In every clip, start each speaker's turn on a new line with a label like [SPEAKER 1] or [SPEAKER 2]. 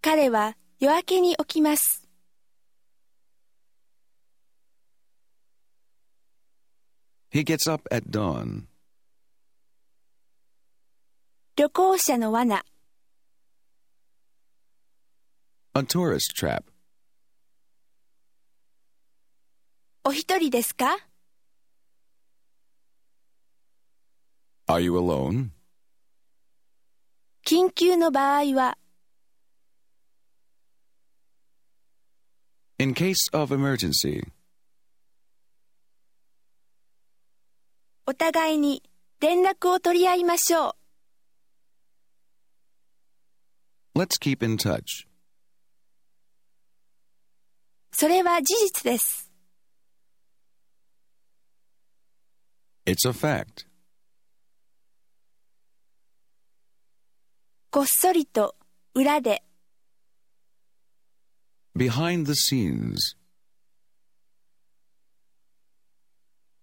[SPEAKER 1] 彼は夜明けに起きます。
[SPEAKER 2] He gets up at dawn.
[SPEAKER 1] 旅行者の罠、
[SPEAKER 2] A tourist trap.
[SPEAKER 1] お一人ですか
[SPEAKER 2] Are you alone?
[SPEAKER 1] 緊急の場合は、
[SPEAKER 2] In case of emergency,
[SPEAKER 1] お互いに連絡を取り合いましょう。
[SPEAKER 2] let's keep in touch.
[SPEAKER 1] それは事実です。
[SPEAKER 2] It's a fact.
[SPEAKER 1] こっそりと、裏で、
[SPEAKER 2] Behind the scenes,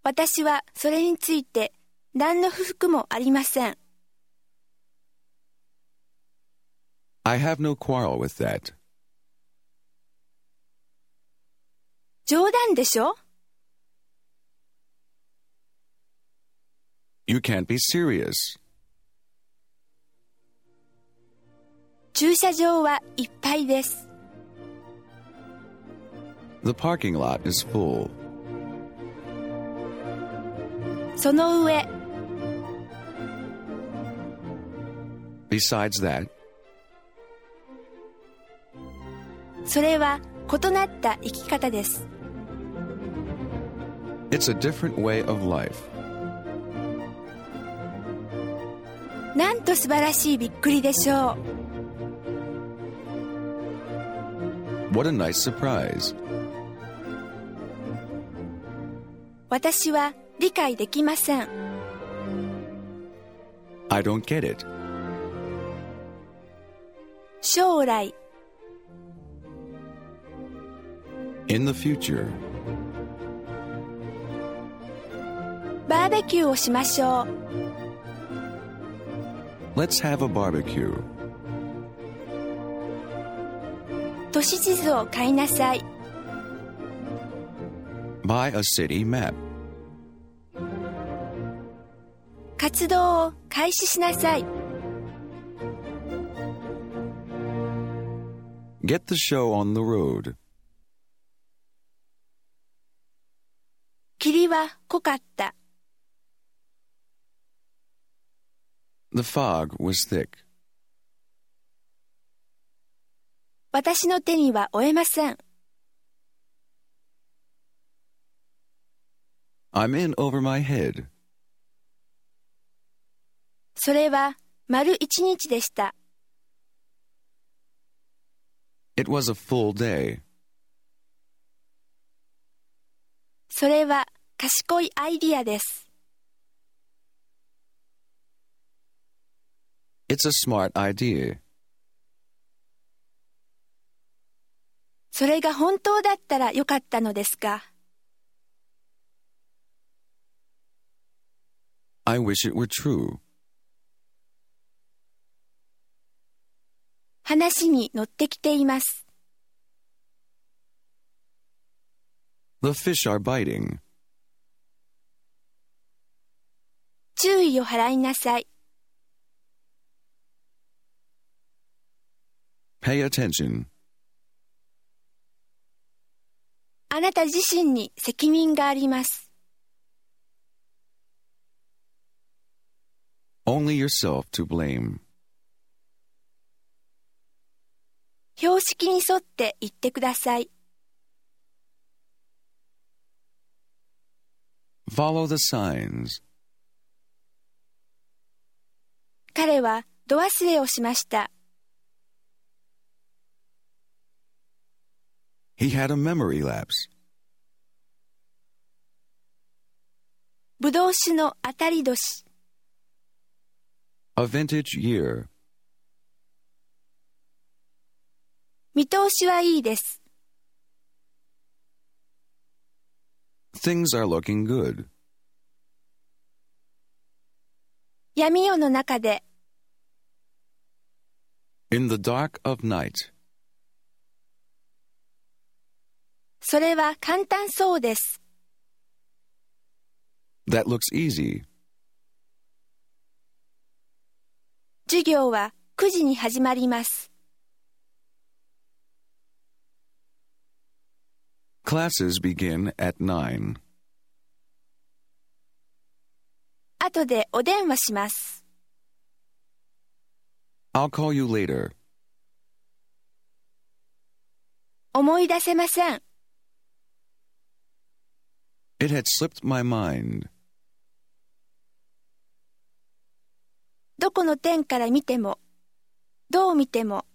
[SPEAKER 1] 私はそれについて何の不服もありません。
[SPEAKER 2] I have no quarrel with that.
[SPEAKER 1] 冗談でしょ
[SPEAKER 2] You can't be serious.
[SPEAKER 1] 駐車場はいっぱいです。
[SPEAKER 2] The parking lot is full.
[SPEAKER 1] その上、
[SPEAKER 2] Besides that,
[SPEAKER 1] それは異なった生き方です。
[SPEAKER 2] it's a different way of life.
[SPEAKER 1] なんと素晴らしいびっくりでしょう。
[SPEAKER 2] What a nice surprise.
[SPEAKER 1] 私は理解できません。
[SPEAKER 2] I don't get it.
[SPEAKER 1] 将来、
[SPEAKER 2] In the future,
[SPEAKER 1] バーベキューをしましょう。
[SPEAKER 2] let's have a barbecue.
[SPEAKER 1] 都市地図を買いなさい。
[SPEAKER 2] Buy a city map.
[SPEAKER 1] 活動を開始しなさい。
[SPEAKER 2] Get the show on the road.
[SPEAKER 1] 霧は濃かった。
[SPEAKER 2] The fog was thick.
[SPEAKER 1] 私の手には負えません。
[SPEAKER 2] I'm in over my head.
[SPEAKER 1] それは丸一日でした。
[SPEAKER 2] It was a full day.
[SPEAKER 1] それは賢いアイディアです。
[SPEAKER 2] It's a smart idea.
[SPEAKER 1] それが本当だったらよかったのですが、
[SPEAKER 2] I wish it were true.
[SPEAKER 1] 話に乗ってきています。
[SPEAKER 2] The fish are biting.
[SPEAKER 1] 注意を払いなさい。
[SPEAKER 2] Pay attention.
[SPEAKER 1] あなた自身に責任があります。
[SPEAKER 2] Only yourself to blame.
[SPEAKER 1] 標識に沿って言ってください。
[SPEAKER 2] Follow the signs.
[SPEAKER 1] 彼は度忘れをしました。
[SPEAKER 2] He had a memory lapse.
[SPEAKER 1] ぶどう酒の当たり年。
[SPEAKER 2] A vintage year.
[SPEAKER 1] 見通しはいいです。
[SPEAKER 2] Things are looking good.
[SPEAKER 1] 闇夜の中で
[SPEAKER 2] In the dark of night.
[SPEAKER 1] それは簡単そうです。
[SPEAKER 2] That looks easy.
[SPEAKER 1] 授業は9時に始まります。
[SPEAKER 2] Classes begin at 9.
[SPEAKER 1] 後でお電話します。
[SPEAKER 2] I'll call you later.
[SPEAKER 1] 思い出せません。
[SPEAKER 2] It had slipped my mind.
[SPEAKER 1] どこの点から見ても、どう見ても、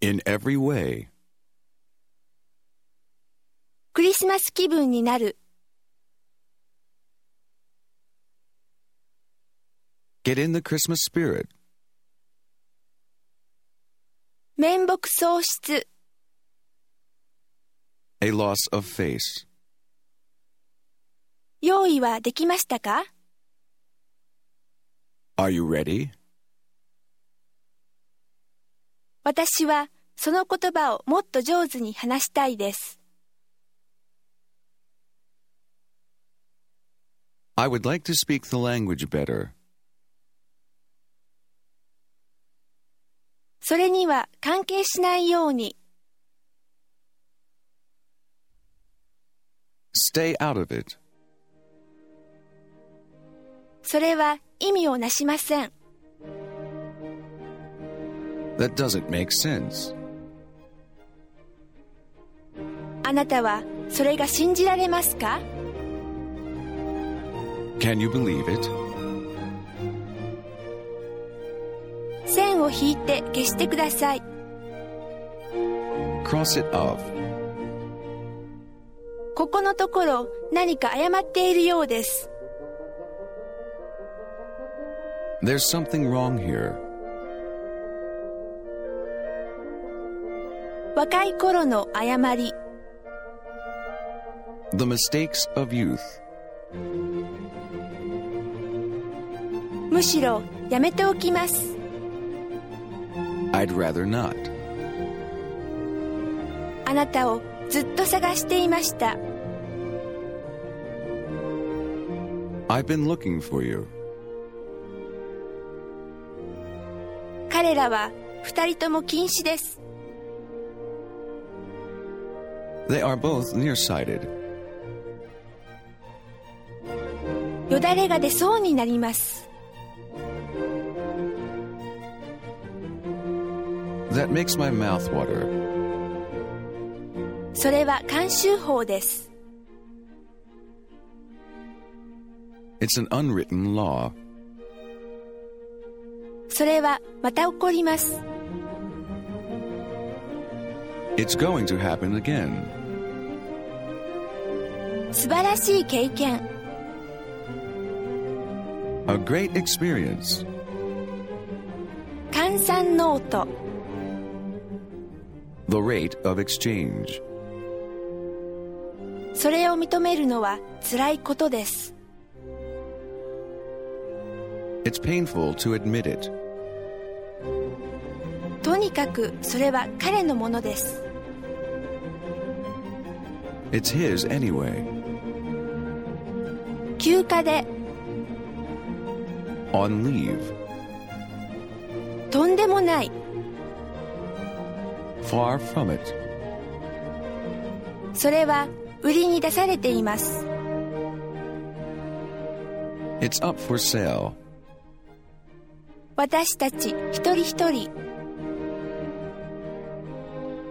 [SPEAKER 2] In every way.
[SPEAKER 1] クリスマス気分になる。
[SPEAKER 2] Get in the Christmas spirit.
[SPEAKER 1] 面目喪失。
[SPEAKER 2] A loss of face.
[SPEAKER 1] 用意はできましたか
[SPEAKER 2] Are you ready?
[SPEAKER 1] 私はその言葉をもっと上手に話したいです。
[SPEAKER 2] I would like to speak the language better.
[SPEAKER 1] それには関係しないように、
[SPEAKER 2] Stay out of it.
[SPEAKER 1] それは意味をなしません。
[SPEAKER 2] That doesn't make sense.
[SPEAKER 1] あなたはそれが信じられますか
[SPEAKER 2] Can you believe it?
[SPEAKER 1] 線を引いて消してください。
[SPEAKER 2] Cross it off.
[SPEAKER 1] ここのところ何か誤っているようです。
[SPEAKER 2] There's something wrong here.
[SPEAKER 1] 若い頃の誤り、
[SPEAKER 2] The mistakes of youth.
[SPEAKER 1] むしろやめておきます。
[SPEAKER 2] I'd rather not.
[SPEAKER 1] あなたをずっと探していました。
[SPEAKER 2] I've been looking for you.
[SPEAKER 1] 彼らは二人とも禁止です。
[SPEAKER 2] They are both nearsighted.
[SPEAKER 1] よだれが出そうになります。
[SPEAKER 2] That makes my mouth water.
[SPEAKER 1] それは慣習法です。
[SPEAKER 2] It's an unwritten law.
[SPEAKER 1] それはまた起こります。
[SPEAKER 2] It's going to happen again.
[SPEAKER 1] 素晴らしい経験。
[SPEAKER 2] A great experience.
[SPEAKER 1] 換算ノート。
[SPEAKER 2] The rate of exchange.
[SPEAKER 1] それを認めるのは辛いことです。
[SPEAKER 2] It's painful to admit it.
[SPEAKER 1] とにかくそれは彼のものです。
[SPEAKER 2] It's his anyway.
[SPEAKER 1] 休暇で
[SPEAKER 2] On leave.
[SPEAKER 1] とんでもない。
[SPEAKER 2] Far from it.
[SPEAKER 1] それは売りに出されています。
[SPEAKER 2] It's up for sale.
[SPEAKER 1] 私たち一人一人、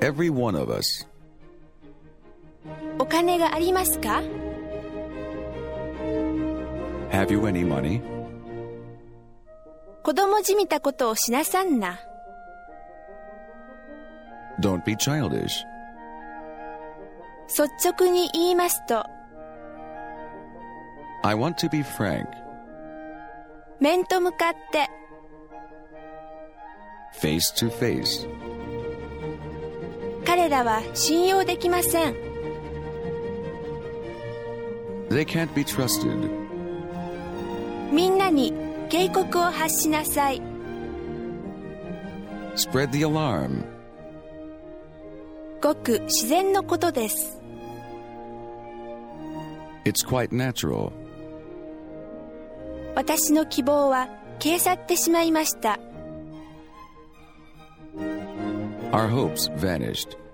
[SPEAKER 2] Every one of us.
[SPEAKER 1] お金がありますか
[SPEAKER 2] Have you any money?
[SPEAKER 1] 子供じみたことをしなさんな。
[SPEAKER 2] Don't be childish.
[SPEAKER 1] 率直に言いますと、
[SPEAKER 2] I want to be frank.
[SPEAKER 1] 面と向かって、
[SPEAKER 2] Face to face.
[SPEAKER 1] 彼らは信用できません。
[SPEAKER 2] They can't be trusted.
[SPEAKER 1] みんなに警告を発しなさい。
[SPEAKER 2] Spread the alarm.
[SPEAKER 1] ごく自然のことです
[SPEAKER 2] It's quite natural.
[SPEAKER 1] 私の希望は消え去ってしまいました
[SPEAKER 2] Our hopes vanished.